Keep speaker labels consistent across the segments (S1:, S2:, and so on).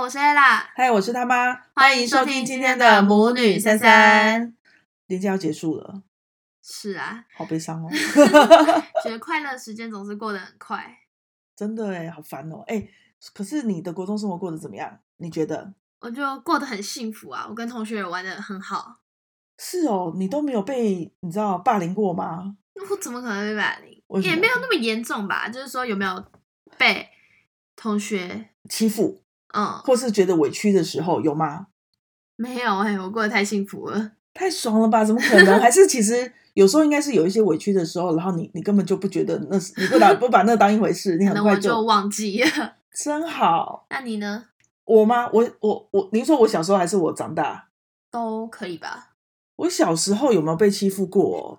S1: 我是 Ella，
S2: 嗨，我是他妈，
S1: 欢迎收听今天的母女三三。
S2: 年假要结束了，
S1: 是 啊，
S2: 好悲伤哦，
S1: 觉得快乐时间总是过得很快。
S2: 真的哎，好烦哦哎。可是你的国中生活过得怎么样？你觉得
S1: 我就过得很幸福啊，我跟同学也玩的很好。
S2: 是哦？你都没有被你知道霸凌过吗？
S1: 我怎么可能会霸凌？
S2: 为什
S1: 也
S2: 么
S1: 没有那么严重吧，就是说有没有被同学
S2: 欺负
S1: 嗯
S2: 或是觉得委屈的时候有吗？
S1: 没有哎、我过得太幸福了。
S2: 太爽了吧？怎么可能？还是其实有时候应该是有一些委屈的时候，然后你你根本就不觉得那是你不把不把那当一回事，你
S1: 可
S2: 很
S1: 能
S2: 快
S1: 我就忘记了。
S2: 真好。
S1: 那你呢？
S2: 我吗？我我我，您说我小时候还是我长大？
S1: 都可以吧？
S2: 我小时候有没有被欺负过？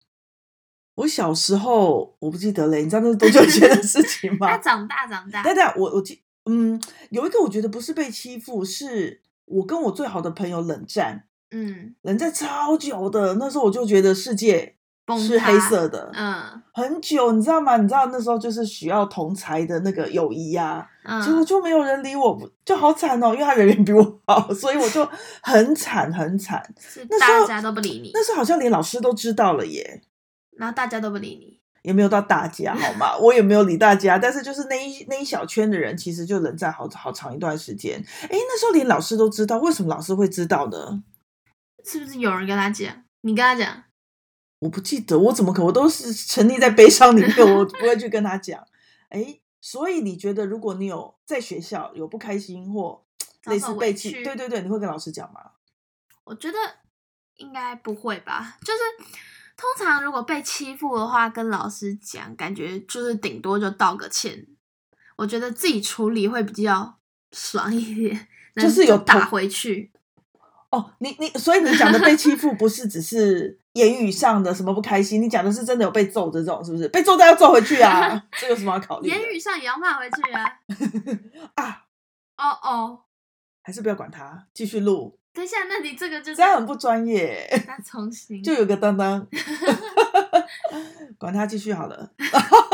S2: 我小时候我不记得嘞，你知道那是多久以前的事情
S1: 那
S2: 吗？
S1: 啊长大长大，
S2: 但但我我记，嗯，有一个我觉得不是被欺负，是我跟我最好的朋友冷战，
S1: 嗯，
S2: 冷战超久的。那时候我就觉得世界
S1: 崩
S2: 是
S1: 塌
S2: 黑色的，
S1: 嗯
S2: 很久，你知道吗？你知道那时候就是需要同才的那个友谊呀、
S1: 嗯，
S2: 结果就没有人理我，就好惨哦，因为他人缘比我好，所以我就很惨很惨。
S1: 是
S2: 那时
S1: 大
S2: 候
S1: 家都不理你，
S2: 那时候好像连老师都知道了耶，
S1: 然后大家都不理你，
S2: 也没有到大家好吗？我也没有理大家，但是就是那一那一小圈的人，其实就冷战好好长一段时间。诶，那时候连老师都知道，为什么老师会知道呢？
S1: 是不是有人跟他讲？你跟他讲，
S2: 我不记得，我怎么可我都是沉溺在悲伤里面，我不会去跟他讲。诶，所以你觉得，如果你有在学校有不开心或
S1: 遭
S2: 类
S1: 受
S2: 似
S1: 委
S2: 被气，
S1: 屈
S2: 对对对，你会跟老师讲吗？
S1: 我觉得应该不会吧。就是通常如果被欺负的话，跟老师讲，感觉就是顶多就道个歉。我觉得自己处理会比较爽一点，
S2: 就是有
S1: 能打
S2: 同
S1: 回去。
S2: 哦，你你，所以你讲的被欺负不是只是言语上的什么不开心，你讲的是真的有被揍的这种，是不是？被揍但要揍回去啊， 这有什么好考虑的？
S1: 言语上也要骂回去啊！
S2: 啊，
S1: 哦哦，
S2: 还是不要管他，继续录，
S1: 等一下，那你这个就是
S2: 这样很不专业。
S1: 那重新
S2: 就有个当当， 管他继续好了。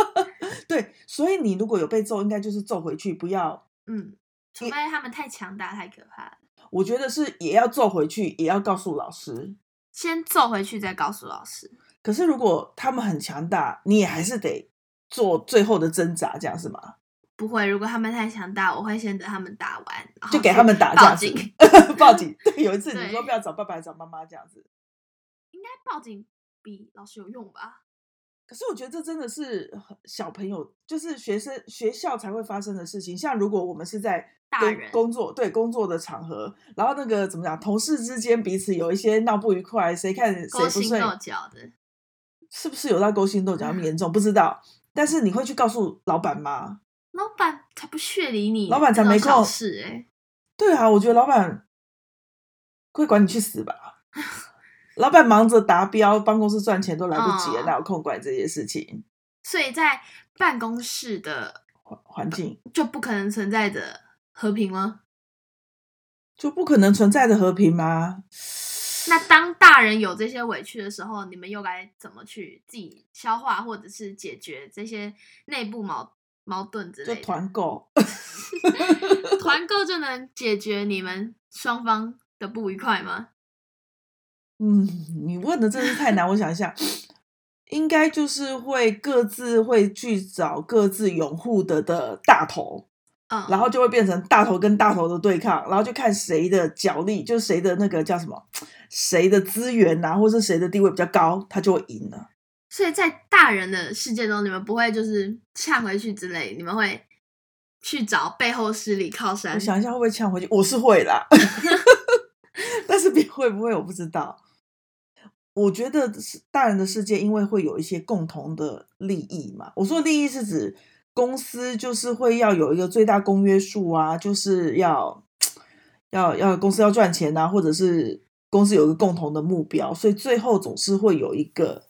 S2: 对，所以你如果有被揍，应该就是揍回去，不要。
S1: 嗯，除非他们太强大太可怕了，
S2: 我觉得是也要揍回去，也要告诉老师。
S1: 先揍回去再告诉老师。
S2: 可是如果他们很强大，你也还是得做最后的挣扎，这样是吗？
S1: 不会，如果他们太强大，我会先等他们打完，然后
S2: 就给
S1: 去
S2: 他们打这
S1: 报
S2: 样子
S1: 警。应，
S2: 报警。对，有一次
S1: 对
S2: 你说不要找爸爸，找妈妈这样子。
S1: 该报警比老师有用吧？
S2: 可是我觉得这真的是很小朋友，就是学生学校才会发生的事情。像如果我们是在
S1: 大
S2: 工
S1: 人
S2: 工作，对工作的场合，然后那个怎么讲，同事之间彼此有一些闹不愉快，谁看谁
S1: 勾
S2: 不
S1: 心
S2: 顺
S1: 斗角的，
S2: 是不是有到勾心斗角那么严重？不知道。但是你会去告诉老板吗？
S1: 老板才不屑理你，
S2: 老板才
S1: 这种
S2: 没
S1: 小
S2: 空
S1: 事哎、
S2: 对啊，我觉得老板会管你去死吧。老板忙着达标，帮公司赚钱都来不及
S1: 哦
S2: 了，哪有空管这些事情？
S1: 所以在办公室的
S2: 环环境
S1: 就不可能存在着和平吗？
S2: 就不可能存在的和平吗？
S1: 那当大人有这些委屈的时候，你们又该怎么去自己消化，或者是解决这些内部矛矛盾之
S2: 就
S1: 类的？
S2: 团购，
S1: 团购就能解决你们双方的不愉快吗？
S2: 嗯，你问的真是太难。我想一下，应该就是会各自会去找各自拥护的的大头，
S1: 嗯，
S2: 然后就会变成大头跟大头的对抗，然后就看谁的角力，就谁的那个叫什么，谁的资源啊，或是谁的地位比较高，他就会赢了。
S1: 所以在大人的世界中，你们不会就是呛回去之类，你们会去找背后势力靠山
S2: 我。想一下会不会呛回去，我是会啦，但是别会不会我不知道。我觉得是大人的世界，因为会有一些共同的利益嘛。我说的利益是指公司就是会要有一个最大公约数啊，就是要要要公司要赚钱啊，或者是公司有一个共同的目标，所以最后总是会有一个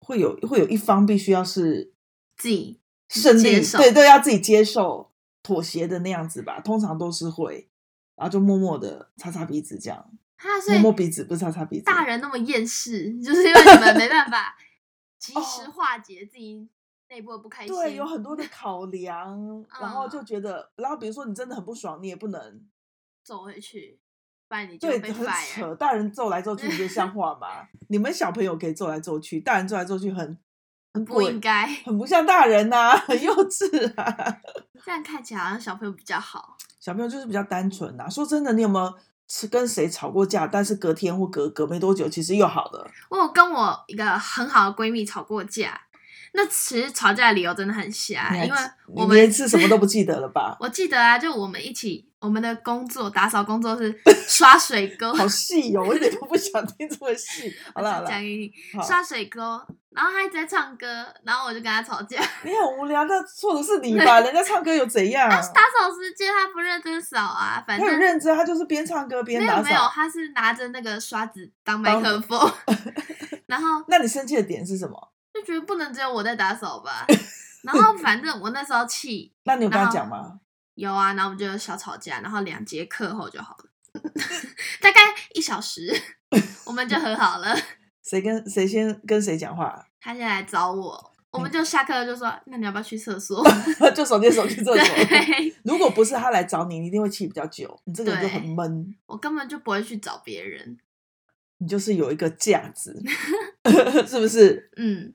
S2: 会有会有一方必须要是
S1: 自己
S2: 胜
S1: 接
S2: 利，
S1: 受
S2: 对对，要自己接受妥协的那样子吧，通常都是会，然后就默默的擦擦鼻子这样，
S1: 啊，所
S2: 摸
S1: 以
S2: 摸鼻子不是擦擦鼻子，
S1: 大人那么厌世，就是因为你们没办法及时化解自己内部的不开心，
S2: 哦
S1: 嗯
S2: 对，有很多的考量，然后就觉得，然后比如说你真的很不爽，你也不能
S1: 走回去，不然你就
S2: 对，
S1: 被
S2: 很
S1: fire。
S2: 扯，大人揍来揍去，你觉得像话吗？你们小朋友可以揍来揍去，大人揍来揍去很很
S1: 不应该
S2: 很不像大人呐、 很幼稚啊。
S1: 这样看起来好像小朋友比较好，
S2: 小朋友就是比较单纯呐、说真的，你有没有是跟谁吵过架？但是隔天或隔隔没多久，其实又好了。
S1: 我有跟我一个很好的闺蜜吵过架，那其实吵架的理由真的很瞎，
S2: 你还
S1: 因为
S2: 你
S1: 我
S2: 你连
S1: 们？
S2: 吃什么都不记得了吧
S1: 我记得啊，就我们一起我们的工作打扫工作是 刷水沟，
S2: 好细哦，我一点都不想听这么 细。好了好了
S1: 讲，给你
S2: 好
S1: 刷水沟，然后她一直在唱歌，然后我就跟她吵架。
S2: 你很无聊，那错的是你吧？人家唱歌又怎样？
S1: 打扫时间她不认真扫啊，反
S2: 他很
S1: 正
S2: 认真，他就是边唱歌边
S1: 没有
S2: 打
S1: 没有，
S2: 扫。
S1: 她是拿着那个刷子当麦
S2: 当
S1: 克 风，然后
S2: 那你生气的点是什么？
S1: 就觉得不能只有我在打扫吧。然后反正我那时候气
S2: 那你有跟他
S1: 然后
S2: 讲吗？
S1: 有啊，然后我们就小吵架，然后两节课后就好了， 大概一小时， 我们就和好了。
S2: 谁跟谁先跟谁讲话？
S1: 她现在来找我，我们就下课就说，那你要不要去嗯厕所？
S2: 就手牵手去厕所。
S1: 对，
S2: 如果不是他来找你，你一定会气比较久。你这个人就很
S1: 对
S2: 闷，
S1: 我根本就不会去找别人。
S2: 你就是有一个架 子，是不是？
S1: 嗯，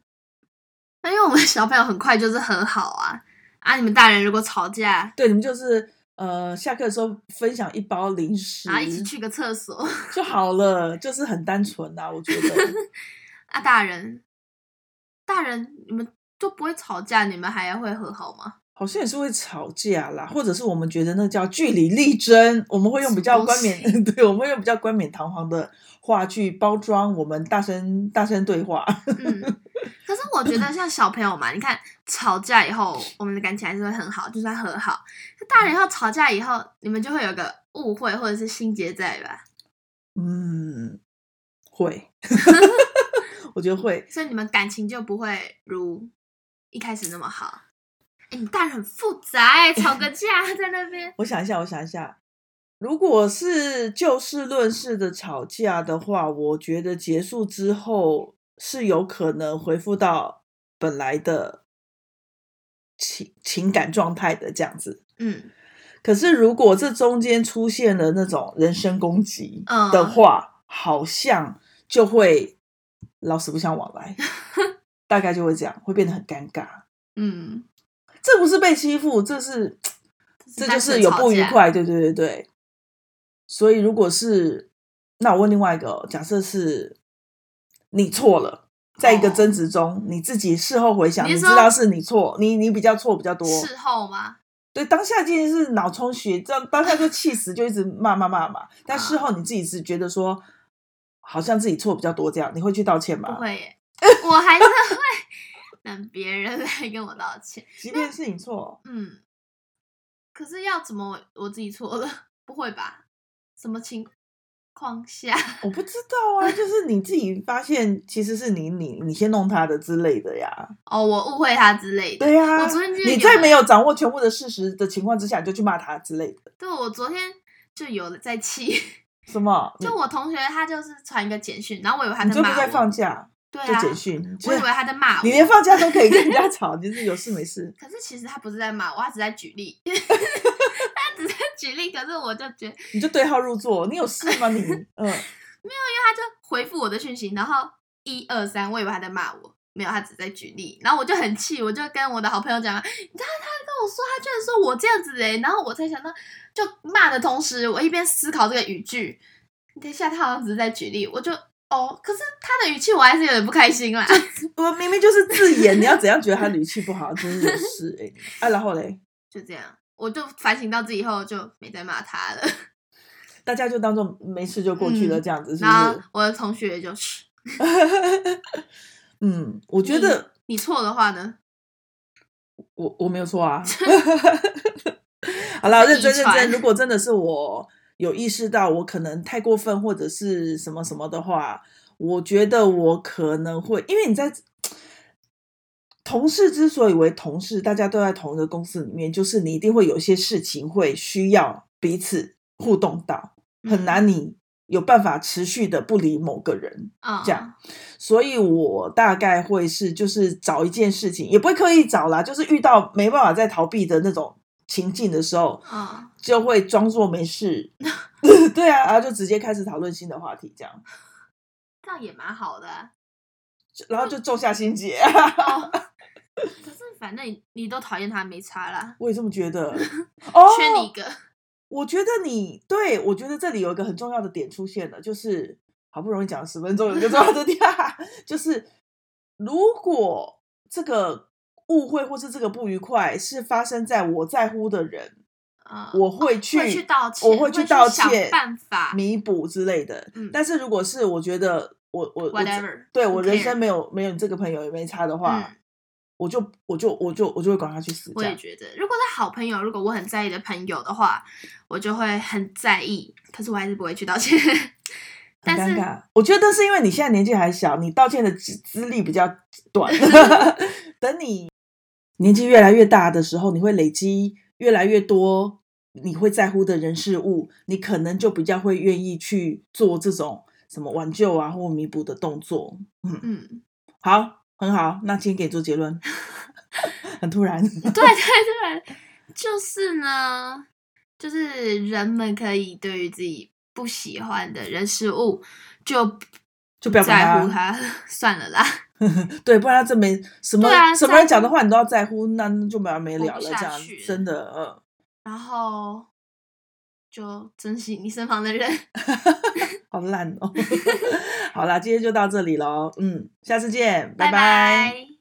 S1: 那因为我们小朋友很快就是和好啊啊！你们大人如果吵架，
S2: 对，你们就是呃，下课的时候分享一包零食
S1: 然后一起去个厕所
S2: 就好了，就是很单纯啊，我觉得。
S1: 啊，大人，大人你们就不会吵架，你们还会和好吗？
S2: 好像也是会吵架啦，或者是我们觉得那叫据理力争，我们会用比较冠
S1: 什么
S2: 冕， 对，我们会用比较冠冕堂皇的话去包装我们大声大声对话。
S1: 嗯，可是我觉得像小朋友嘛，你看吵架以后，我们的感情还是会很好，就算和好。那大人以后吵架以后，你们就会有一个误会或者是心结在吧？
S2: 嗯，会， 我觉得会。
S1: 所以你们感情就不会如一开始那么好。哎，你大人很复杂哎、吵个架 在那边，
S2: 我想一下，我想一下，如果是就事论事的吵架的话，我觉得结束之后是有可能恢复到本来的情情感状态的这样子。
S1: 嗯，
S2: 可是如果这中间出现了那种人身攻击
S1: 嗯
S2: 的话，好像就会老死不相往来，大概就会这样，会变得很尴尬。
S1: 嗯，
S2: 这不是被欺负，这是这就
S1: 单纯
S2: 是有
S1: 吵
S2: 不愉
S1: 架
S2: 快，对对对对。所以如果是那我问另外一个哦，假设是你错了，在一个
S1: 哦
S2: 争执中，你自己事后回想，
S1: 你
S2: 你
S1: 是
S2: 知
S1: 说
S2: 道是你错，你你比较错比较多，
S1: 事后吗？
S2: 对，当下竟然是脑充血，这样当下就气死，就一直骂骂 骂嘛。但
S1: 啊
S2: 事后你自己是觉得说，好像自己错比较多，这样你会去道歉
S1: 不
S2: 吗？
S1: 会 耶，我还是会等别人来跟我道歉。
S2: 即便是你错，
S1: 嗯，可是要怎么我我自己错了？不会吧？什么情况下？
S2: 我不知道啊，就是你自己发现其实是你你你先弄他的之类的呀。
S1: 哦，我误会他之类的。
S2: 对呀、
S1: 我昨天就
S2: 你在
S1: 有
S2: 没有掌握全部的事实的情况之下，你就去骂他之类的，
S1: 对我昨天就有了在气，
S2: 什么？你
S1: 就我同学他就是传一个简讯，然后我以为他
S2: 你
S1: 在
S2: 就不
S1: 骂
S2: 在
S1: 我，
S2: 放假
S1: 对
S2: 就
S1: 啊，
S2: 简讯，就
S1: 我以为他在骂我
S2: 你，连放假都可以跟人家吵，就是有事没事。
S1: 可是其实他不是在骂我，他只在举例， 他只在举例，可是我就觉得，因为
S2: 你就对号入座，你有事吗你？嗯，
S1: 他就回复我的讯息，然后一二三，我以为他在骂我。没有，他只在举例，然后我就很气，我就跟我的好朋友讲，啊你知道他跟我说，他居然说我这样子哎、然后我才想到，就骂的同时，我一边思考这个语句，等一下他好像只是在举例，我就哦，可是他的语气我还是有点不开心啦。
S2: 我明明就是自演，你要怎样觉得他语气不好，真 是有事哎、啊，然后嘞，
S1: 就这样，我就反省到自己以后就没再骂他了。
S2: 大家就当做没事就过去了，
S1: 嗯
S2: 这样子是不
S1: 然后
S2: 是？
S1: 我的同学就是，
S2: 嗯，我觉得
S1: 你错的话呢，
S2: 我我没有错 啊。好啦，认真
S1: 遗
S2: 认
S1: 传
S2: 真。如果真的是我有意识到我可能太过分或者是什么什么的话，我觉得我可能会，因为你在同事之所以为同事，大家都在同一个公司里面，就是你一定会有一些事情会需要彼此互动到，很
S1: 嗯
S2: 难你有办法持续的不理某个人，
S1: 嗯，
S2: 这样所以我大概会是就是找一件事情，也不会刻意找啦，就是遇到没办法再逃避的那种情境的时候，
S1: 嗯，
S2: 就会装作没事。 对啊，然后就直接开始讨论新的话题，这样，
S1: 这样也蛮好的啊。
S2: 就然后就种下心结。
S1: 哦，可是反正你你都讨厌他，没差啦，
S2: 我也这么觉得。哦，
S1: 缺你一个。
S2: 我觉得你对我觉得这里有一个很重要的点出现了，就是好不容易讲了十分钟，有一个重要的点， 就是如果这个误会或是这个不愉快是发生在我在乎的人，
S1: 嗯，
S2: 我会去，
S1: 会去道歉，
S2: 我
S1: 会
S2: 去道
S1: 想
S2: 歉，
S1: 办法
S2: 弥补之类的。
S1: 嗯
S2: 但是如果是我觉得我我我这
S1: ，whatever。
S2: 对我
S1: who
S2: 人
S1: care
S2: 生没有没有你这个朋友也没差的话，
S1: 嗯
S2: 我就我就我就我就会管他去死，
S1: 我
S2: 这
S1: 也
S2: 样
S1: 觉得，如果是好朋友，如果我很在意的朋友的话，我就会很在意，可是我还是不会去道歉。
S2: 很
S1: 但
S2: 尴
S1: 是
S2: 尬。我觉得是因为你现在年纪还小，你道歉的资资历比较短。 等你年纪越来越大的时候，你会累积越来越多你会在乎的人事物，你可能就比较会愿意去做这种什么挽救啊或弥补的动作。嗯，
S1: 嗯，
S2: 好，很好。那今天给你做 结论，很突然。
S1: 对对对，就是呢，就是人们可以对于自己不喜欢的人事物就
S2: 就不要管
S1: 在
S2: 他
S1: 乎它， 算了啦，
S2: 对，不然他真没什么、
S1: 对啊
S2: 什么人讲的话，你都要在乎，那就没完没
S1: 活
S2: 了了。
S1: 不
S2: 这
S1: 下
S2: 样
S1: 去了
S2: 真的，嗯。
S1: 然后就珍惜你身旁的人。
S2: 好 烂哦！好啦，今天就到这里喽，嗯，下次见，拜
S1: 拜